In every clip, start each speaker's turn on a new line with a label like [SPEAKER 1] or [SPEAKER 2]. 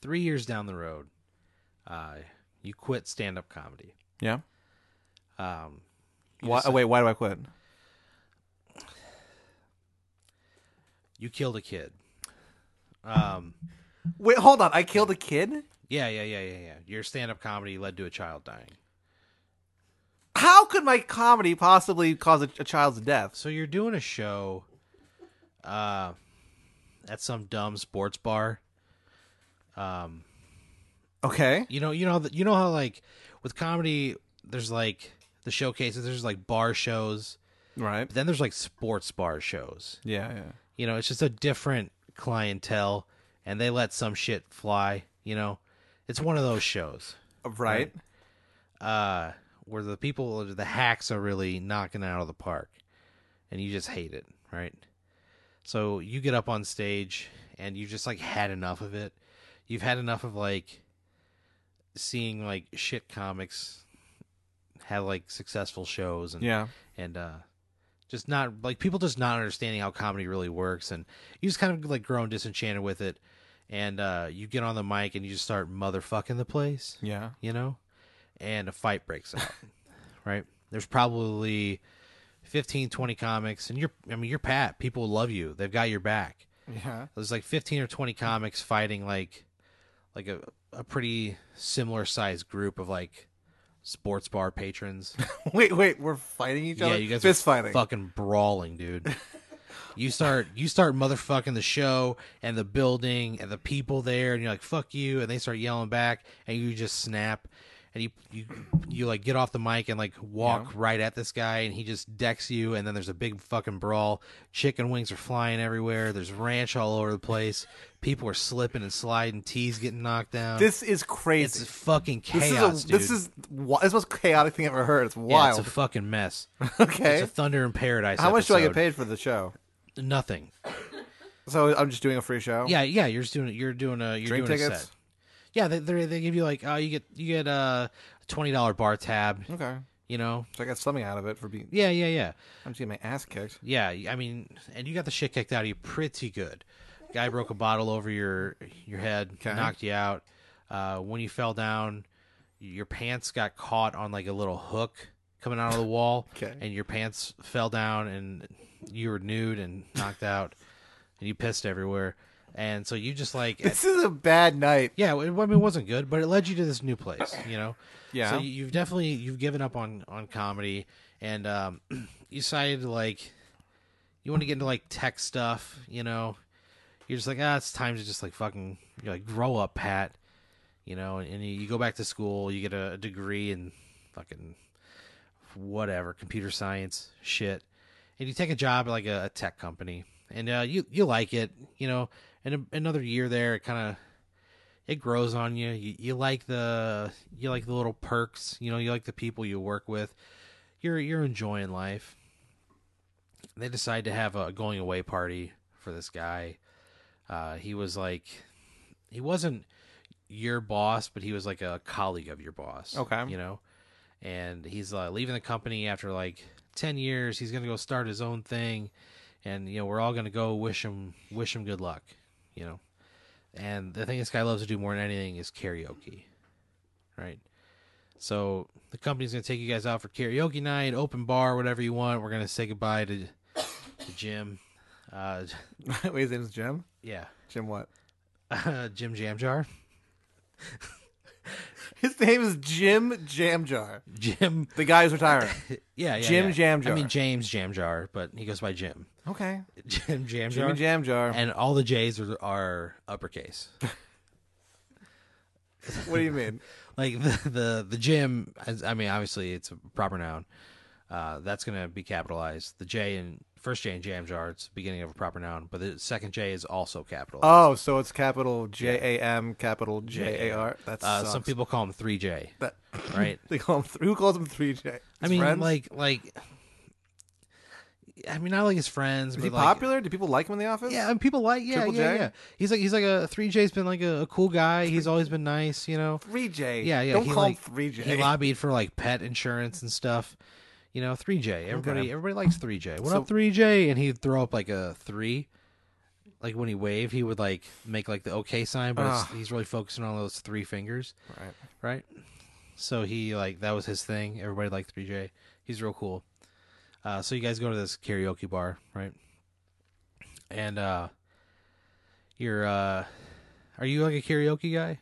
[SPEAKER 1] three years down the road, uh, you quit stand up comedy.
[SPEAKER 2] Yeah.
[SPEAKER 1] Um, you
[SPEAKER 2] Why,
[SPEAKER 1] decide-
[SPEAKER 2] oh, wait, why do I quit?
[SPEAKER 1] you killed a kid. Um,
[SPEAKER 2] Wait, hold on. I killed a kid?
[SPEAKER 1] yeah, yeah, yeah, yeah, yeah. Your stand up comedy led to a child dying.
[SPEAKER 2] How could my comedy possibly cause a, a child's death?
[SPEAKER 1] So you're doing a show uh at some dumb sports bar. Um
[SPEAKER 2] Okay.
[SPEAKER 1] you know you know you know how like with comedy there's like the showcases there's like bar shows
[SPEAKER 2] Right.
[SPEAKER 1] but then there's like sports bar shows.
[SPEAKER 2] Yeah, yeah.
[SPEAKER 1] You know, it's just a different clientele and they let some shit fly, you know. It's one of those shows
[SPEAKER 2] Right.
[SPEAKER 1] uh where the people the hacks are really knocking it out of the park and you just hate it right so you get up on stage and you just like had enough of it you've had enough of like seeing like shit comics have like successful shows and
[SPEAKER 2] Yeah.
[SPEAKER 1] and uh just not like people just not understanding how comedy really works and you just kind of like grown disenchanted with it and uh you get on the mic and you just start motherfucking the place
[SPEAKER 2] Yeah.
[SPEAKER 1] you know, and a fight breaks out, right? There's probably 15, 20 comics, and you're, I mean, you're Pat. People love you. They've got your back.
[SPEAKER 2] Yeah.
[SPEAKER 1] There's like 15 or 20 comics fighting like, like a, a pretty similar sized group of like sports bar patrons.
[SPEAKER 2] Wait, wait. We're fighting each
[SPEAKER 1] yeah,
[SPEAKER 2] other?
[SPEAKER 1] you guys
[SPEAKER 2] Fist
[SPEAKER 1] are
[SPEAKER 2] fighting.
[SPEAKER 1] fucking brawling, dude. You start, you start motherfucking the show and the building and the people there, and you're like, "Fuck you!" And they start yelling back, and you just snap, and you you you like get off the mic and like walk right at this guy, and he just decks you, and then there's a big fucking brawl. Chicken wings are flying everywhere. There's ranch all over the place. People are slipping and sliding. Tees getting knocked down.
[SPEAKER 2] This is crazy.
[SPEAKER 1] it's fucking
[SPEAKER 2] this
[SPEAKER 1] chaos,
[SPEAKER 2] is a,
[SPEAKER 1] dude.
[SPEAKER 2] this is wi- this is the most chaotic thing I've ever heard. It's
[SPEAKER 1] yeah, it's
[SPEAKER 2] wild.
[SPEAKER 1] a fucking mess.
[SPEAKER 2] okay.
[SPEAKER 1] It's a Thunder in Paradise.
[SPEAKER 2] How much do I get
[SPEAKER 1] episode.
[SPEAKER 2] paid for the show?
[SPEAKER 1] Nothing.
[SPEAKER 2] So I'm just doing a free show.
[SPEAKER 1] Yeah, yeah. You're just doing you're doing a you're
[SPEAKER 2] Drink
[SPEAKER 1] doing a
[SPEAKER 2] tickets?
[SPEAKER 1] set. Yeah, they they they give you like oh you get you get a twenty dollar bar tab.
[SPEAKER 2] Okay.
[SPEAKER 1] You know.
[SPEAKER 2] So I got something out of it for being.
[SPEAKER 1] Yeah, yeah, yeah,
[SPEAKER 2] I'm just getting my ass kicked.
[SPEAKER 1] yeah. I mean, and you got the shit kicked out of you pretty good. Guy broke a bottle over your your head, knocked you out. Uh, when you fell down, your pants got caught on like a little hook coming out of the wall,
[SPEAKER 2] Okay.
[SPEAKER 1] and your pants fell down, and you were nude and knocked out, and you pissed everywhere, and so you just like at
[SPEAKER 2] This is a bad night.
[SPEAKER 1] Yeah, it, I mean, it wasn't good, but it led you to this new place, you know.
[SPEAKER 2] Yeah.
[SPEAKER 1] So you- you've definitely you've given up on on comedy, and um, you decided to like you want to get into like tech stuff, you know. You're just like, ah, it's time to just like fucking you're like grow up, Pat. You know, and you, you go back to school, you get a, a degree in fucking whatever computer science shit, and you take a job at like a, a tech company, and uh, you you like it, you know. And a, another year there, it kind of it grows on you. you. You like the you like the little perks, you know, you like the people you work with. You're you're enjoying life. They decide to have a going away party for this guy. Uh, he was like he wasn't your boss, but he was like a colleague of your boss.
[SPEAKER 2] Okay.
[SPEAKER 1] You know? And he's uh, leaving the company after like ten years. He's gonna go start his own thing and you know, we're all gonna go wish him wish him good luck, you know. And the thing this guy loves to do more than anything is karaoke, right? So the company's gonna take you guys out for karaoke night, open bar, whatever you want. We're gonna say goodbye to, to Jim, uh,
[SPEAKER 2] Wait, his name's Jim.
[SPEAKER 1] yeah,
[SPEAKER 2] Jim what?
[SPEAKER 1] Jim Jamjar,
[SPEAKER 2] His name is Jim Jamjar.
[SPEAKER 1] Jim,
[SPEAKER 2] The guy who's retiring.
[SPEAKER 1] yeah, yeah
[SPEAKER 2] Jim
[SPEAKER 1] yeah.
[SPEAKER 2] Jamjar.
[SPEAKER 1] I mean James Jamjar, but he goes by Jim.
[SPEAKER 2] okay.
[SPEAKER 1] Jim Jamjar.
[SPEAKER 2] Jimmy Jamjar.
[SPEAKER 1] and all the J's are, are uppercase.
[SPEAKER 2] What do you mean?
[SPEAKER 1] like the the the Jim. as- I mean, obviously it's a proper noun. Uh, that's gonna be capitalized. The J in first J in jam jar. It's the beginning of a proper noun, but the second J is also capitalized.
[SPEAKER 2] Oh, so it's capital J A M, capital J A R. That's
[SPEAKER 1] uh, some people call him three J,
[SPEAKER 2] That,
[SPEAKER 1] right?
[SPEAKER 2] they call him. Who calls him three J?
[SPEAKER 1] I mean,
[SPEAKER 2] friends?
[SPEAKER 1] like like. I mean, not like his friends.
[SPEAKER 2] is
[SPEAKER 1] but
[SPEAKER 2] he
[SPEAKER 1] like,
[SPEAKER 2] popular? Do people like him in the office?
[SPEAKER 1] Yeah, and people like yeah,
[SPEAKER 2] Triple
[SPEAKER 1] yeah,
[SPEAKER 2] J?
[SPEAKER 1] yeah. He's like he's like a three J's been like a, a cool guy. He's always been nice, you know.
[SPEAKER 2] Three J.
[SPEAKER 1] Yeah, yeah.
[SPEAKER 2] Don't
[SPEAKER 1] he,
[SPEAKER 2] call
[SPEAKER 1] like,
[SPEAKER 2] him three J.
[SPEAKER 1] He lobbied for like pet insurance and stuff. You know, three J. Everybody, everybody likes three J. What
[SPEAKER 2] So-
[SPEAKER 1] up, three J? And he'd throw up like a three, like when he waved, he would like make like the okay sign, but it's,
[SPEAKER 2] Ugh.
[SPEAKER 1] he's really focusing on those three fingers,
[SPEAKER 2] Right.
[SPEAKER 1] right? So he like that was his thing. Everybody liked 3J. He's real cool. Uh, so you guys go to this karaoke bar, right? And uh, you're uh, are you like a karaoke guy?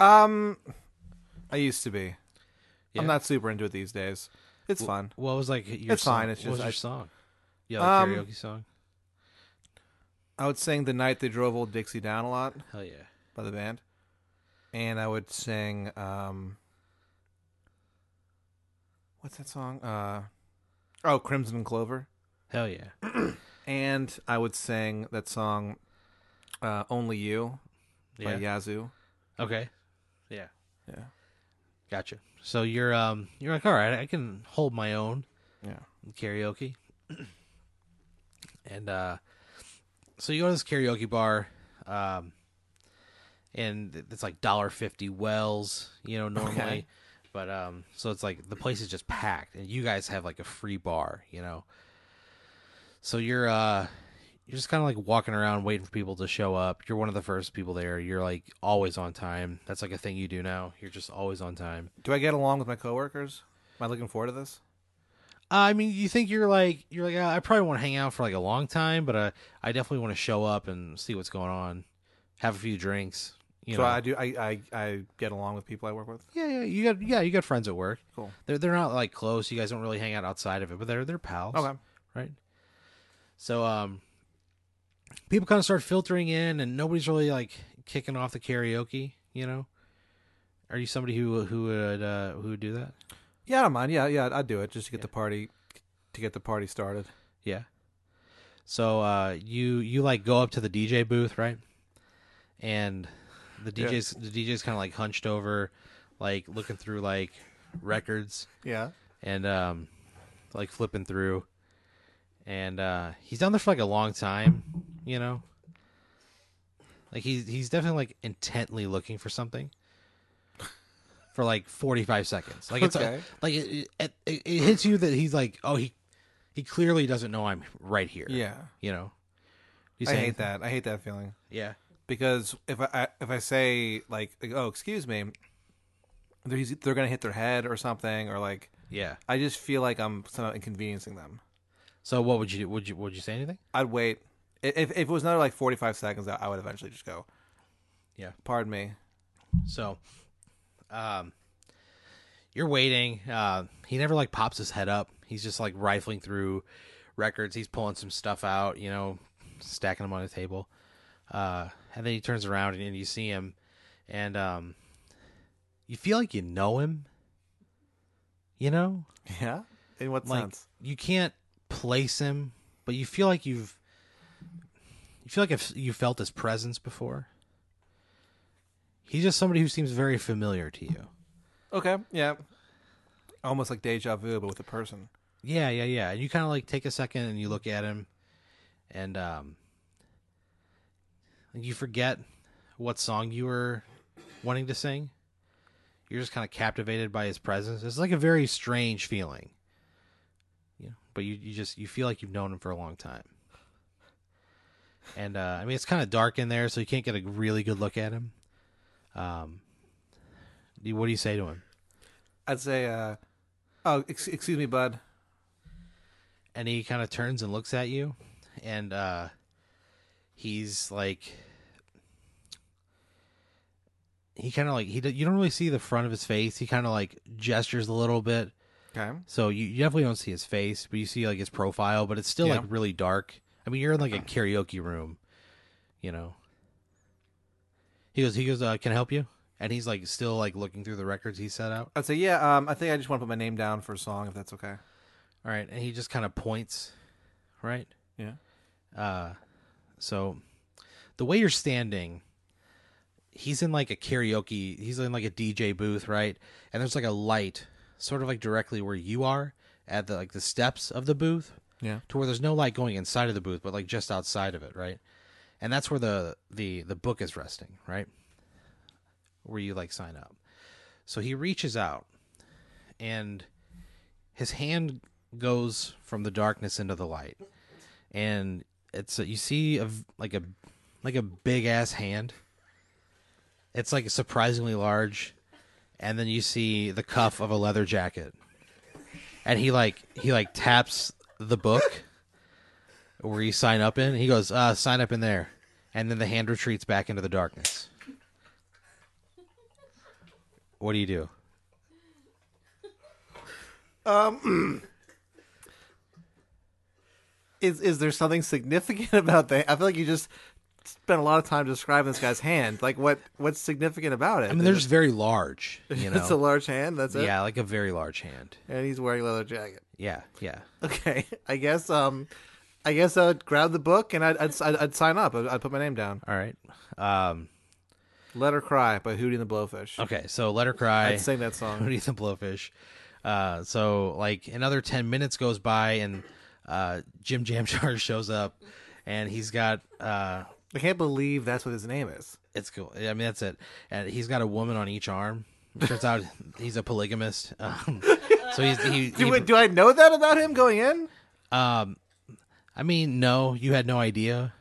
[SPEAKER 2] Um, I used to be.
[SPEAKER 1] Yeah.
[SPEAKER 2] I'm not super into it these days. It's fun.
[SPEAKER 1] What was like your
[SPEAKER 2] It's
[SPEAKER 1] song?
[SPEAKER 2] fine, it's
[SPEAKER 1] what was
[SPEAKER 2] just-
[SPEAKER 1] your
[SPEAKER 2] I-
[SPEAKER 1] song? Yeah, like
[SPEAKER 2] Um,
[SPEAKER 1] karaoke song.
[SPEAKER 2] I would sing "The Night They Drove Old Dixie Down" a lot
[SPEAKER 1] Hell yeah.
[SPEAKER 2] by the band, and I would sing. um What's that song? Uh, oh, "Crimson Clover,"
[SPEAKER 1] Hell yeah.
[SPEAKER 2] and I would sing that song, uh, "Only You" by
[SPEAKER 1] Yeah.
[SPEAKER 2] Yazoo.
[SPEAKER 1] Okay. Yeah.
[SPEAKER 2] Yeah,
[SPEAKER 1] Gotcha. So you're um you're like, all right, I can hold my own
[SPEAKER 2] yeah.
[SPEAKER 1] in karaoke. and uh so you go to this karaoke bar, um and it's like dollar fifty wells, you know, normally.
[SPEAKER 2] Okay.
[SPEAKER 1] But um so it's like the place is just packed and you guys have like a free bar, you know. So you're uh you're just kind of like walking around waiting for people to show up. You're one of the first people there. You're like always on time. That's like a thing you do now. You're just always on time.
[SPEAKER 2] Do I get along with my coworkers? Am I looking forward to this?
[SPEAKER 1] I mean, you think you're like you're like "Ah, I probably want to hang out for like a long time, but I I definitely want to show up and see what's going on, have a few drinks. You
[SPEAKER 2] so
[SPEAKER 1] know,
[SPEAKER 2] I do. I, I I get along with people I work with.
[SPEAKER 1] yeah, yeah, you got yeah, you got friends at work.
[SPEAKER 2] Cool.
[SPEAKER 1] They're they're not like close. You guys don't really hang out outside of it, but they're they're pals.
[SPEAKER 2] Okay.
[SPEAKER 1] right? So um, people kind of start filtering in, and nobody's really like kicking off the karaoke. You know, are you somebody who who would uh, who would do that?
[SPEAKER 2] Yeah, I don't mind. Yeah, yeah, I'd do it just to get the party to get the party started.
[SPEAKER 1] Yeah. So uh, you you like go up to the DJ booth, right? And the
[SPEAKER 2] Yeah.
[SPEAKER 1] DJ's the DJ's kind of like hunched over, like looking through like records
[SPEAKER 2] Yeah.
[SPEAKER 1] and um, like flipping through. And uh, he's down there for like a long time, you know. Like he's he's definitely like intently looking for something for like forty five seconds. Like it's
[SPEAKER 2] Okay.
[SPEAKER 1] like it, it, it, it hits you that he's like, oh he he clearly doesn't know I'm right here.
[SPEAKER 2] Yeah.
[SPEAKER 1] you know. You
[SPEAKER 2] I
[SPEAKER 1] say
[SPEAKER 2] hate
[SPEAKER 1] anything?
[SPEAKER 2] that. I hate that feeling
[SPEAKER 1] Yeah,
[SPEAKER 2] because if I, I if I say like, "Oh, excuse me," they're easy- they're gonna hit their head or something, or like
[SPEAKER 1] yeah.
[SPEAKER 2] I just feel like I'm somehow inconveniencing them.
[SPEAKER 1] So what would you do? Would you would you say anything?
[SPEAKER 2] I'd wait. I- If if it was another like 45 seconds, I I would eventually just go.
[SPEAKER 1] Yeah.
[SPEAKER 2] Pardon me.
[SPEAKER 1] So, um, you're waiting. Uh, he never like pops his head up. He's just like rifling through records. He's pulling some stuff out, you know, stacking them on the table. Uh, and then he turns around and, and you see him, and um, you feel like you know him. You know,
[SPEAKER 2] Yeah. In what
[SPEAKER 1] like
[SPEAKER 2] sense?
[SPEAKER 1] you can't place him, but you feel like you've you feel like if you felt his presence before. He's just somebody who seems very familiar to you.
[SPEAKER 2] Okay. Yeah. Almost like deja vu, but with a person.
[SPEAKER 1] Yeah, yeah, yeah. And you kind of like take a second and you look at him, and um, you forget what song you were wanting to sing. You're just kind of captivated by his presence. It's like a very strange feeling, you know. But you you just you feel like you've known him for a long time. And uh, I mean, it's kind of dark in there, so you can't get a really good look at him. Um, you- what do you say to him?
[SPEAKER 2] I'd say, uh, oh, ex- excuse me, bud.
[SPEAKER 1] and he kind of turns and looks at you and uh he's like he kind of like he do- you don't really see the front of his face he kind of like gestures a little bit
[SPEAKER 2] Okay.
[SPEAKER 1] so you, you definitely don't see his face but you see like his profile but it's still
[SPEAKER 2] Yeah.
[SPEAKER 1] like really dark i mean you're in like a karaoke room you know he goes he goes uh, can i help you and he's like still like looking through the records he set out
[SPEAKER 2] I'd say, yeah, um, I think I just want to put my name down for a song if that's okay.
[SPEAKER 1] all right and he just kind of points right
[SPEAKER 2] Yeah.
[SPEAKER 1] Uh, so the way you're standing, he's in like a karaoke. He's in like a DJ booth, right? And there's like a light, sort of like directly where you are at the like the steps of the booth,
[SPEAKER 2] Yeah.
[SPEAKER 1] to where there's no light going inside of the booth, but like just outside of it, right? And that's where the the the book is resting, right? Where you like sign up. So he reaches out, and his hand goes from the darkness into the light, and it's you see a like a like a big ass hand. It's like surprisingly large, and then you see the cuff of a leather jacket, and he like he like taps the book where you sign up in. He goes, uh, "Sign up in there," and then the hand retreats back into the darkness. What do you do?
[SPEAKER 2] Is is there something significant about that? I feel like you just spent a lot of time describing this guy's hand. Like what what's significant about it?
[SPEAKER 1] I mean, they're just very large, you know.
[SPEAKER 2] it's a large hand. That's it.
[SPEAKER 1] yeah, like a very large hand.
[SPEAKER 2] And he's wearing a leather jacket.
[SPEAKER 1] Yeah, yeah.
[SPEAKER 2] Okay, I guess um, I guess I'd grab the book and I'd I'd, I'd, I'd sign up. I'd, I'd put my name down.
[SPEAKER 1] All right. Um,
[SPEAKER 2] Let her cry by Hootie and the Blowfish.
[SPEAKER 1] okay, so let her cry.
[SPEAKER 2] I'd sing that song.
[SPEAKER 1] Hootie the Blowfish. Uh, so like another ten minutes goes by, and uh, Jim Jamjar shows up, and he's got uh,
[SPEAKER 2] I can't believe that's what his name is.
[SPEAKER 1] it's cool. I mean, that's it. And he's got a woman on each arm. Turns out he's a polygamist. Um, so he's he.
[SPEAKER 2] Do,
[SPEAKER 1] he
[SPEAKER 2] do I know that about him going in?
[SPEAKER 1] um, I mean, no, you had no idea,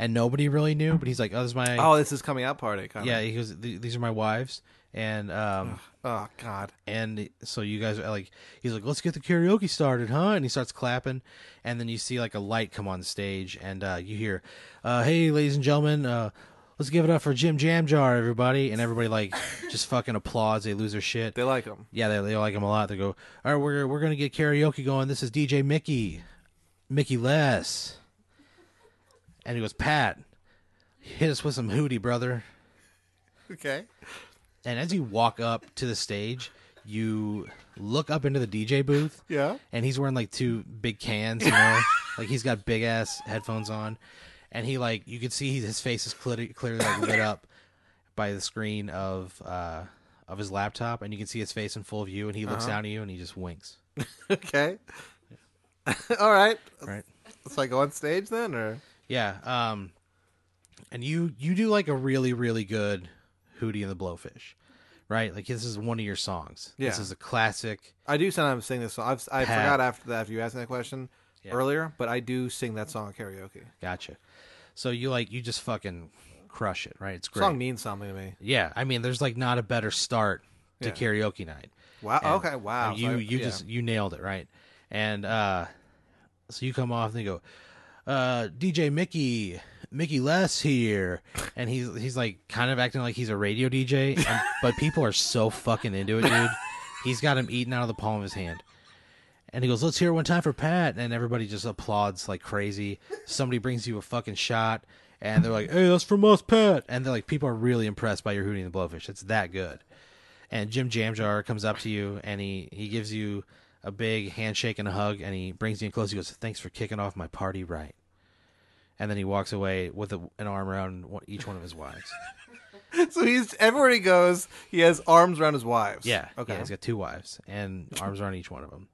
[SPEAKER 1] and nobody really knew. But he's like, "Oh, this is my
[SPEAKER 2] Oh, this is coming out party. Kind
[SPEAKER 1] yeah." He goes, "Th- "These are my wives," and um,
[SPEAKER 2] Oh God.
[SPEAKER 1] and so you guys are like he's like let's get the karaoke started huh and he starts clapping and then you see like a light come on stage and uh, you hear uh, hey ladies and gentlemen uh, let's give it up for jim jam jar everybody and everybody like just fucking applauds they lose their shit
[SPEAKER 2] They like him.
[SPEAKER 1] yeah they, they like him a lot they go all right we're, we're gonna get karaoke going this is dj mickey mickey less and he goes pat hit us with some hootie brother
[SPEAKER 2] Okay.
[SPEAKER 1] and as you walk up to the stage, you look up into the DJ booth.
[SPEAKER 2] Yeah.
[SPEAKER 1] And he's wearing like two big cans, you know? like he's got big ass headphones on. And he like you can see he- his face is clearly, clearly like lit up by the screen of uh of his laptop and you can see his face in full view and he looks
[SPEAKER 2] Uh-huh.
[SPEAKER 1] down at you and he just winks.
[SPEAKER 2] Okay. All right.
[SPEAKER 1] Right?
[SPEAKER 2] So I go on stage then, or
[SPEAKER 1] Yeah. Um and you you do like a really, really good Hootie and the Blowfish. Right? Like this is one of your songs. This
[SPEAKER 2] Yeah.
[SPEAKER 1] is a classic.
[SPEAKER 2] I do sometimes sing this song. I've, I
[SPEAKER 1] Pat.
[SPEAKER 2] forgot after that after you asked me that question earlier, but I do sing that song at karaoke.
[SPEAKER 1] Gotcha. So you like you just fucking crush it, right? It's great.
[SPEAKER 2] Song means something to me.
[SPEAKER 1] Yeah, I mean, there's like not a better start to
[SPEAKER 2] Yeah.
[SPEAKER 1] karaoke night.
[SPEAKER 2] Wow.
[SPEAKER 1] And,
[SPEAKER 2] okay. Wow.
[SPEAKER 1] and
[SPEAKER 2] So
[SPEAKER 1] you
[SPEAKER 2] I-
[SPEAKER 1] you
[SPEAKER 2] yeah.
[SPEAKER 1] just you nailed it right, and uh, so you come off and you go, uh, DJ Mickey Mickey Less here, and he's he's like kind of acting like he's a radio DJ, and, but people are so fucking into it, dude. He's got him eating out of the palm of his hand. And he goes, "Let's hear it one time for Pat," and everybody just applauds like crazy. Somebody brings you a fucking shot, and they're like, "Hey, that's from us, Pat!" And they're like, people are really impressed by your hooting and the blowfish. It's that good. And Jim Jamjar comes up to you, and he he gives you a big handshake and a hug, and he brings you in close. He goes, "Thanks for kicking off my party right." And then he walks away with a, an arm around one- each one of his wives.
[SPEAKER 2] So he's everywhere he goes, he has arms around his wives.
[SPEAKER 1] Yeah.
[SPEAKER 2] Okay.
[SPEAKER 1] Yeah, he's got two wives and arms around each one of them.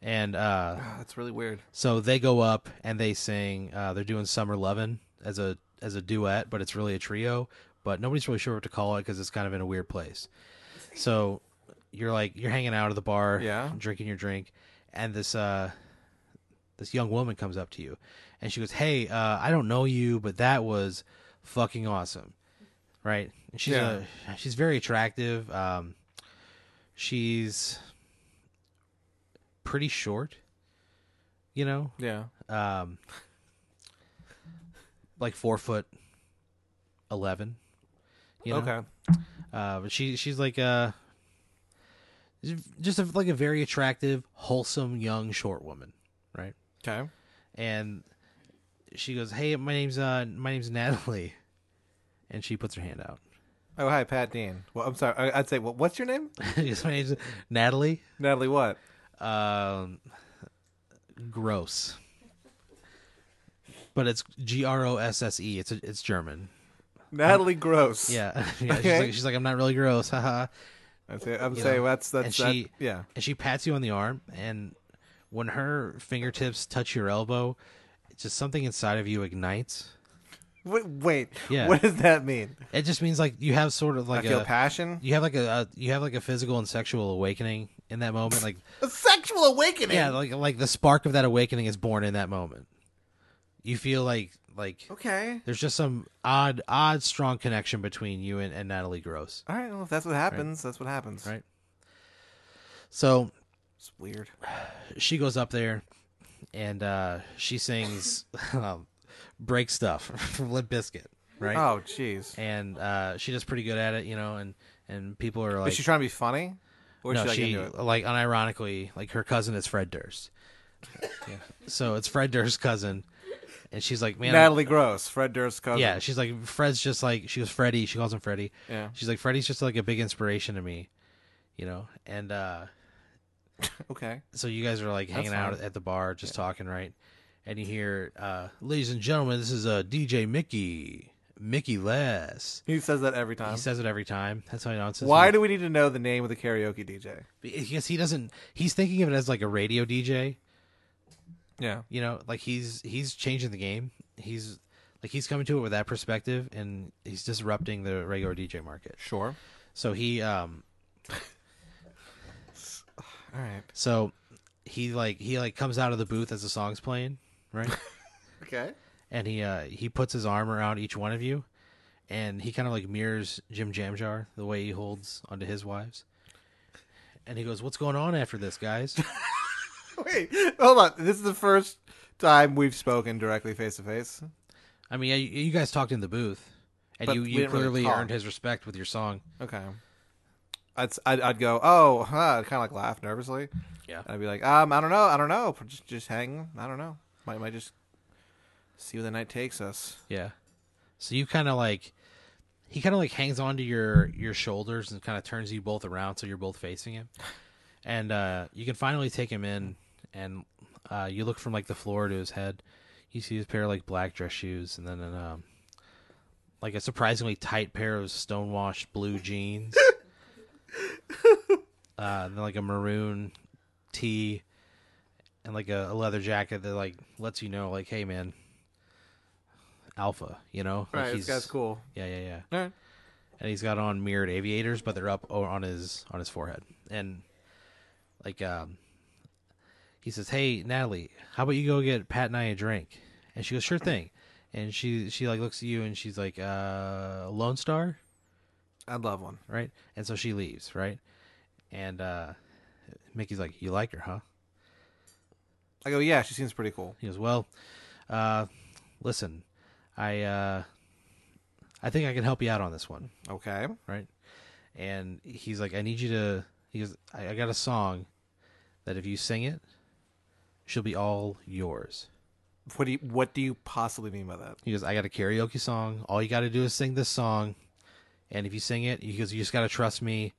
[SPEAKER 1] And uh,
[SPEAKER 2] Ah, that's really weird.
[SPEAKER 1] So they go up and they sing. Uh, they're doing "Summer Lovin'" as a as a duet, but it's really a trio. But nobody's really sure what to call it because it's kind of in a weird place. So you're like you're hanging out at the bar,
[SPEAKER 2] Yeah.
[SPEAKER 1] drinking your drink, and this uh, this young woman comes up to you, and she goes, "Hey, uh, I don't know you, but that was fucking awesome, right?" And she's
[SPEAKER 2] Yeah.
[SPEAKER 1] a, she's very attractive. Um, she's pretty short, you know
[SPEAKER 2] Yeah.
[SPEAKER 1] um, like four foot eleven. You know?
[SPEAKER 2] Okay.
[SPEAKER 1] Uh, but she she's like a just a, like a very attractive, wholesome young short woman, right?
[SPEAKER 2] Okay.
[SPEAKER 1] And she goes, "Hey, my name's uh my name's Natalie," and she puts her hand out.
[SPEAKER 2] Oh, hi, Pat Dean. Well, I'm sorry. I, I'd say, well, what's your name?
[SPEAKER 1] She goes, my name's Natalie.
[SPEAKER 2] Natalie what?
[SPEAKER 1] Um, gross. But it's G R O S S E. It's it's German.
[SPEAKER 2] Natalie Gross.
[SPEAKER 1] Yeah, yeah. She's,
[SPEAKER 2] Okay.
[SPEAKER 1] like, she's like, I'm not really gross, haha.
[SPEAKER 2] I'd say, I'm saying that's,
[SPEAKER 1] And
[SPEAKER 2] that's, that,
[SPEAKER 1] she-
[SPEAKER 2] yeah.
[SPEAKER 1] And she pats you on the arm, and when her fingertips touch your elbow, it's just something inside of you ignites.
[SPEAKER 2] Wait, wait.
[SPEAKER 1] Yeah.
[SPEAKER 2] what does that mean?
[SPEAKER 1] It just means like you have sort of
[SPEAKER 2] I
[SPEAKER 1] like
[SPEAKER 2] feel
[SPEAKER 1] a
[SPEAKER 2] passion.
[SPEAKER 1] you have like a, a you have like a physical and sexual awakening in that moment. Like
[SPEAKER 2] A sexual awakening.
[SPEAKER 1] yeah, like like the spark of that awakening is born in that moment. You feel like like
[SPEAKER 2] Okay.
[SPEAKER 1] there's just some odd odd strong connection between you and, and Natalie Gross.
[SPEAKER 2] All right. Well, if that's what happens, that's what happens.
[SPEAKER 1] Right. So
[SPEAKER 2] It's weird.
[SPEAKER 1] she goes up there and uh, she sings um, break stuff from Limp Bizkit, right?
[SPEAKER 2] Oh, jeez.
[SPEAKER 1] And uh, she does pretty good at it, you know, and and people are like
[SPEAKER 2] Is she trying to be funny? Or
[SPEAKER 1] no,
[SPEAKER 2] is she, like,
[SPEAKER 1] she
[SPEAKER 2] into it?
[SPEAKER 1] like unironically like her cousin is Fred Durst. Yeah. So it's Fred Durst's cousin and she's like, "Man, I'm-
[SPEAKER 2] Natalie Gross, Fred Durst's cousin.
[SPEAKER 1] Yeah, she's like Fred's just like she was Freddie. She calls him Freddie.
[SPEAKER 2] Yeah.
[SPEAKER 1] She's like Freddie's just like a big inspiration to me, you know. And uh
[SPEAKER 2] Okay.
[SPEAKER 1] so you guys are like hanging
[SPEAKER 2] fine.
[SPEAKER 1] out at the bar, just talking, right? And you hear, uh, "Ladies and gentlemen, this is uh, DJ Mickey, Mickey Less."
[SPEAKER 2] He says that every time.
[SPEAKER 1] He says it every time. That's how he announces.
[SPEAKER 2] Um, Why
[SPEAKER 1] it.
[SPEAKER 2] do we need to know the name of the karaoke DJ?
[SPEAKER 1] Because he doesn't. He's thinking of it as like a radio DJ.
[SPEAKER 2] Yeah.
[SPEAKER 1] You know, like he's he's changing the game. He's like he's coming to it with that perspective, and he's disrupting the regular DJ market.
[SPEAKER 2] Sure.
[SPEAKER 1] So he um
[SPEAKER 2] All right.
[SPEAKER 1] so he like he like comes out of the booth as the song's playing, right?
[SPEAKER 2] Okay.
[SPEAKER 1] and he uh he puts his arm around each one of you and he kind of like mirrors Jim Jamjar the way he holds onto his wives. And he goes, "What's going on after this, guys?"
[SPEAKER 2] Wait. Hold on. This is the first time we've spoken directly face to face.
[SPEAKER 1] I mean, yeah, you, you guys talked in the booth, and
[SPEAKER 2] But
[SPEAKER 1] you,
[SPEAKER 2] we
[SPEAKER 1] you
[SPEAKER 2] didn't really
[SPEAKER 1] clearly
[SPEAKER 2] talk.
[SPEAKER 1] earned his respect with your song.
[SPEAKER 2] Okay. I'd, I'd, I'd go, oh, huh, kind of like laugh nervously.
[SPEAKER 1] Yeah.
[SPEAKER 2] And I'd be like, um, I don't know, I don't know. Just, just hang. I don't know. Might, might just see where the night takes us.
[SPEAKER 1] Yeah. So you kind of like he kind of like hangs onto your your shoulders and kind of turns you both around so you're both facing him. And uh you can finally take him in and uh you look from like the floor to his head. You see his pair of like black dress shoes and then an um like a surprisingly tight pair of stonewashed blue jeans. uh and then like a maroon tee and like a, a leather jacket that like lets you know like hey man alpha you know
[SPEAKER 2] All
[SPEAKER 1] like
[SPEAKER 2] right, this guy's cool.
[SPEAKER 1] yeah yeah yeah
[SPEAKER 2] All right.
[SPEAKER 1] and he's got on mirrored aviators but they're up o- on his on his forehead and like um he says hey natalie how about you go get pat and i a drink and she goes sure thing and she she like looks at you and she's like uh lone star
[SPEAKER 2] I'd love one.
[SPEAKER 1] right? And so she leaves, right? And uh, Mickey's like, "You like her, huh?"
[SPEAKER 2] I go, yeah, she seems pretty cool.
[SPEAKER 1] He goes, "Well, uh, listen, I uh, I think I can help you out on this one,
[SPEAKER 2] Okay.
[SPEAKER 1] right?" And he's like, "I need you to." He goes, "I, I got a song that if you sing it, she'll be all yours."
[SPEAKER 2] What do you What do you possibly mean by that?
[SPEAKER 1] He goes, "I got a karaoke song. All you got to do is sing this song, and if you sing it, he goes, you just got to trust me."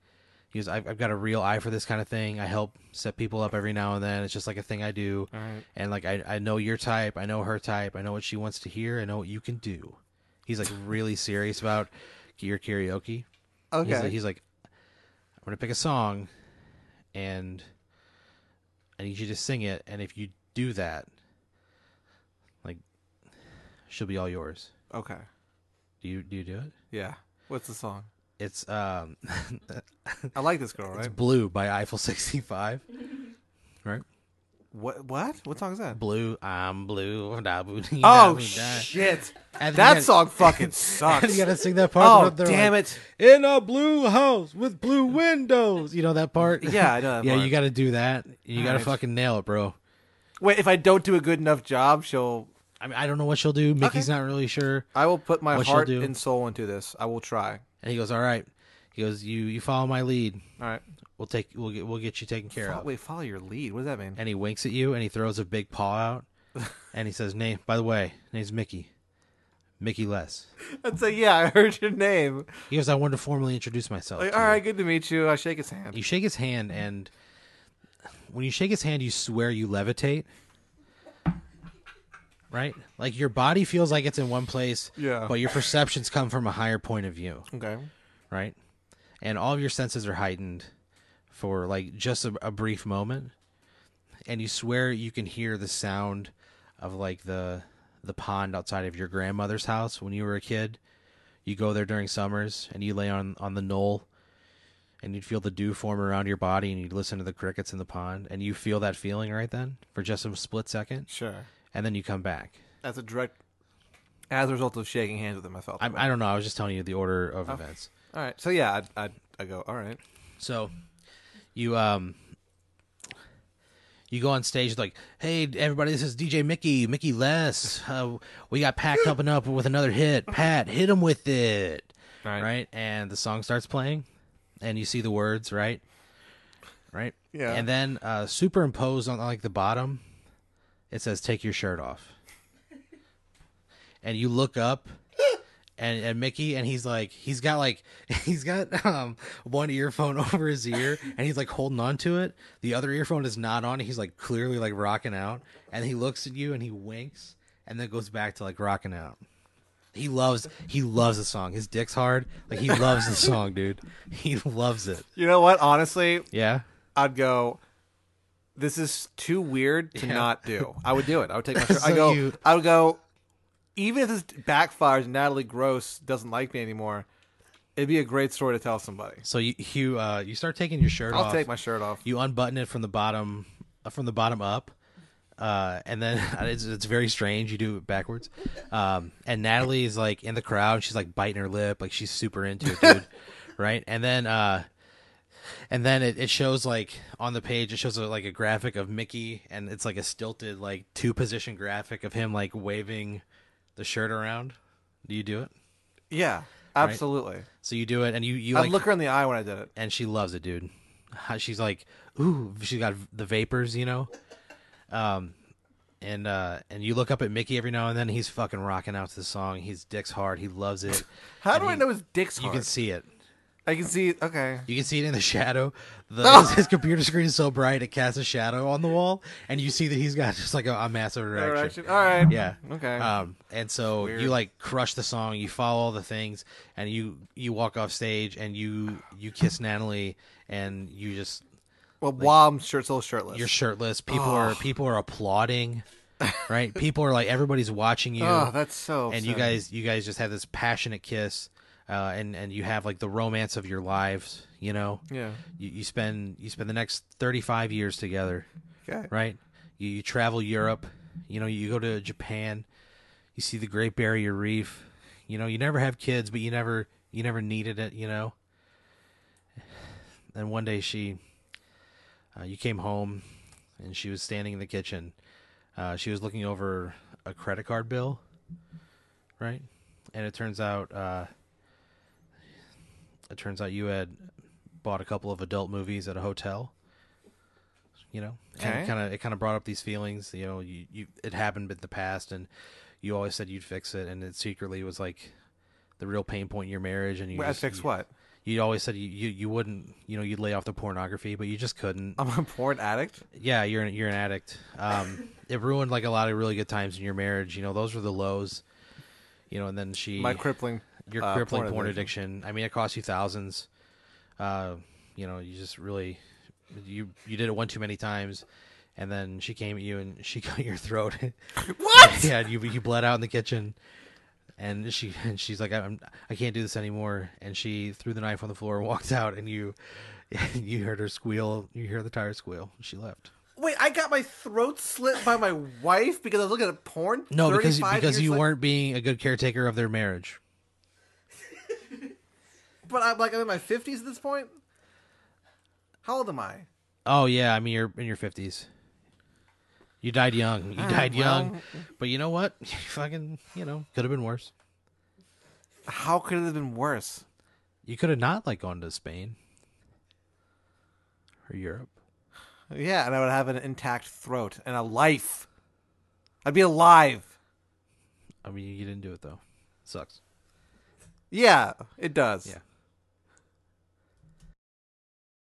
[SPEAKER 1] He goes, I've, "I've got a real eye for this kind of thing. I help set people up every now and then. It's just like a thing I do,
[SPEAKER 2] All right.
[SPEAKER 1] and like I, I know your type. I know her type. I know what she wants to hear. I know what you can do." He's like really serious about your karaoke.
[SPEAKER 2] Okay.
[SPEAKER 1] He's like, he's like, I'm gonna pick a song, and I need you to sing it. And if you do that, like, she'll be all yours.
[SPEAKER 2] okay.
[SPEAKER 1] Do you do you do it?
[SPEAKER 2] Yeah. What's the song?
[SPEAKER 1] It's um,
[SPEAKER 2] I like this girl,
[SPEAKER 1] it's
[SPEAKER 2] right?
[SPEAKER 1] Blue by Eiffel 65. Right?
[SPEAKER 2] What? What? What song is that?
[SPEAKER 1] Blue, I'm blue. da boo dee da
[SPEAKER 2] Oh
[SPEAKER 1] boo da.
[SPEAKER 2] shit!
[SPEAKER 1] And you
[SPEAKER 2] That
[SPEAKER 1] gotta-
[SPEAKER 2] song fucking
[SPEAKER 1] and You
[SPEAKER 2] sucks.
[SPEAKER 1] gotta sing that part.
[SPEAKER 2] Oh damn it!
[SPEAKER 1] it! In a blue house with blue windows. You know that part?
[SPEAKER 2] Yeah, I know. That
[SPEAKER 1] yeah,
[SPEAKER 2] part.
[SPEAKER 1] you gotta do that. You gotta
[SPEAKER 2] Alright.
[SPEAKER 1] fucking nail it, bro.
[SPEAKER 2] Wait, if I don't do a good enough job, she'll.
[SPEAKER 1] I mean, I don't know what she'll do. Mickey's not really sure.
[SPEAKER 2] I will put my
[SPEAKER 1] What she'll
[SPEAKER 2] heart
[SPEAKER 1] do.
[SPEAKER 2] and soul into this. I will try.
[SPEAKER 1] And he goes, "All right." He goes, "You you follow my lead.
[SPEAKER 2] All right.
[SPEAKER 1] We'll take we'll get we'll get you taken care
[SPEAKER 2] Fo-
[SPEAKER 1] of."
[SPEAKER 2] wait, follow your lead. What does that mean?
[SPEAKER 1] and he winks at you and he throws a big paw out and he says name by the way name's mickey mickey less
[SPEAKER 2] I'd say, yeah, I heard your name.
[SPEAKER 1] he goes i wanted to formally introduce myself
[SPEAKER 2] Like,
[SPEAKER 1] to
[SPEAKER 2] all
[SPEAKER 1] you."
[SPEAKER 2] right, good to meet you. I shake his hand.
[SPEAKER 1] you shake his hand and when you shake his hand you swear you levitate right like your body feels like it's in one place
[SPEAKER 2] Yeah.
[SPEAKER 1] but your perceptions come from a higher point of view
[SPEAKER 2] Okay.
[SPEAKER 1] right? And all of your senses are heightened for like just a, a brief moment, and you swear you can hear the sound of like the the pond outside of your grandmother's house when you were a kid. You go there during summers, and you lay on on the knoll, and you'd feel the dew form around your body, and you'd listen to the crickets in the pond, and you feel that feeling right then for just a split second,
[SPEAKER 2] Sure.
[SPEAKER 1] and then you come back,
[SPEAKER 2] as a direct as a result of shaking hands with him. I felt.
[SPEAKER 1] I,
[SPEAKER 2] that way.
[SPEAKER 1] I don't know. I was just telling you the order of events.
[SPEAKER 2] all right. So yeah, I I I go. All right.
[SPEAKER 1] So you um you go on stage like, hey everybody, this is DJ Mickey, Mickey Less. Uh, we got Pat coming up with another hit. Pat, hit him with it,
[SPEAKER 2] All right.
[SPEAKER 1] right? And the song starts playing, and you see the words, right? Right.
[SPEAKER 2] Yeah.
[SPEAKER 1] And then uh, superimposed on like the bottom, it says "Take your shirt off," and you look up. And, and Mickey and he's like he's got like he's got um one earphone over his ear and he's like holding on to it. The other earphone is not on. He's like clearly like rocking out and he looks at you and he winks and then goes back to like rocking out. He loves he loves the song. His dick's hard. Like he loves the song, dude. He loves it.
[SPEAKER 2] You know what? Honestly,
[SPEAKER 1] Yeah.
[SPEAKER 2] I'd go. This is too weird to
[SPEAKER 1] Yeah.
[SPEAKER 2] not do. I would do it. I would take my shirt. I
[SPEAKER 1] So
[SPEAKER 2] go.
[SPEAKER 1] you-
[SPEAKER 2] I would go. Even if this backfires, and Natalie Gross doesn't like me anymore. It'd be a great story to tell somebody.
[SPEAKER 1] So you you uh you start taking your shirt
[SPEAKER 2] I'll
[SPEAKER 1] off.
[SPEAKER 2] take my shirt off.
[SPEAKER 1] you unbutton it from the bottom uh, from the bottom up. Uh, and then it's, it's very strange. You do it backwards. Um, and Natalie is like in the crowd. She's like biting her lip, like she's super into it, dude. right? And then uh, and then it, it shows like on the page it shows a, like a graphic of mickey and it's like a stilted like two position graphic of him like waving the shirt around do you do it
[SPEAKER 2] Yeah, absolutely.
[SPEAKER 1] so you do it and you you
[SPEAKER 2] I'd
[SPEAKER 1] like
[SPEAKER 2] look her in the eye when I did it.
[SPEAKER 1] and she loves it dude How- she's like ooh she's got the vapors you know um and uh and you look up at mickey every now and then he's fucking rocking out to the song he's dick's hard he loves it
[SPEAKER 2] How
[SPEAKER 1] And
[SPEAKER 2] do I
[SPEAKER 1] he-
[SPEAKER 2] know his dick's
[SPEAKER 1] you
[SPEAKER 2] hard?
[SPEAKER 1] can see it
[SPEAKER 2] I can see. Okay.
[SPEAKER 1] You can see it in the shadow. The,
[SPEAKER 2] Oh.
[SPEAKER 1] His computer screen is so bright it casts a shadow on the wall, and you see that he's got just like a, a massive erection.
[SPEAKER 2] Direction. All right.
[SPEAKER 1] Yeah.
[SPEAKER 2] Okay.
[SPEAKER 1] Um, and so you like crush the song, you follow all the things, and you you walk off stage and you you kiss Natalie, and you just
[SPEAKER 2] well, while I'm shirt still shirtless.
[SPEAKER 1] you're shirtless. People are people are applauding, right? people are like everybody's watching you
[SPEAKER 2] oh, that's so.
[SPEAKER 1] and you
[SPEAKER 2] upsetting.
[SPEAKER 1] guys you guys just have this passionate kiss uh, and and you have like the romance of your lives you know
[SPEAKER 2] Yeah.
[SPEAKER 1] you, you spend you spend the next 35 years together
[SPEAKER 2] Okay.
[SPEAKER 1] right you, you travel europe you know you go to japan you see the great barrier reef you know you never have kids but you never you never needed it you know and one day she uh, you came home and she was standing in the kitchen uh, she was looking over a credit card bill right and it turns out uh, it turns out you had bought a couple of adult movies at a hotel you know and
[SPEAKER 2] Okay.
[SPEAKER 1] it kind of it kind of brought up these feelings you know you, you it happened in the past and you always said you'd fix it and it secretly was like the real pain point in your marriage and you
[SPEAKER 2] Wait, I
[SPEAKER 1] just-
[SPEAKER 2] fix
[SPEAKER 1] you-
[SPEAKER 2] what?
[SPEAKER 1] you always said you, you, you wouldn't you know you'd lay off the pornography but you just couldn't
[SPEAKER 2] I'm a porn addict.
[SPEAKER 1] yeah you're an, you're an addict um it ruined like a lot of really good times in your marriage you know those were the lows you know and then she
[SPEAKER 2] My crippling.
[SPEAKER 1] your
[SPEAKER 2] uh,
[SPEAKER 1] crippling porn, addiction. i mean it cost you thousands uh you know you just really you you did it one too many times and then she came at you and she cut your throat
[SPEAKER 2] What?
[SPEAKER 1] yeah, and you you bled out in the kitchen, and she and she's like, I'm I can't do this anymore, and she threw the knife on the floor and walked out, and you you heard her squeal, you hear the tire squeal, and she left.
[SPEAKER 2] Wait, I got my throat slit by my wife because I was looking at porn.
[SPEAKER 1] No, because
[SPEAKER 2] 35
[SPEAKER 1] because
[SPEAKER 2] years
[SPEAKER 1] you
[SPEAKER 2] later?
[SPEAKER 1] weren't being a good caretaker of their marriage.
[SPEAKER 2] But I'm like I'm in my fifties at this point. How old am I?
[SPEAKER 1] Oh yeah, I mean you're in your fifties. You died young. You died young, but you know what? You fucking, you know, could have been worse.
[SPEAKER 2] How could it have been worse?
[SPEAKER 1] You could have not like gone to Spain or Europe.
[SPEAKER 2] Yeah, and I would have an intact throat and a life. I'd be alive.
[SPEAKER 1] I mean, you didn't do it though. Sucks.
[SPEAKER 2] Yeah, it does.
[SPEAKER 1] Yeah.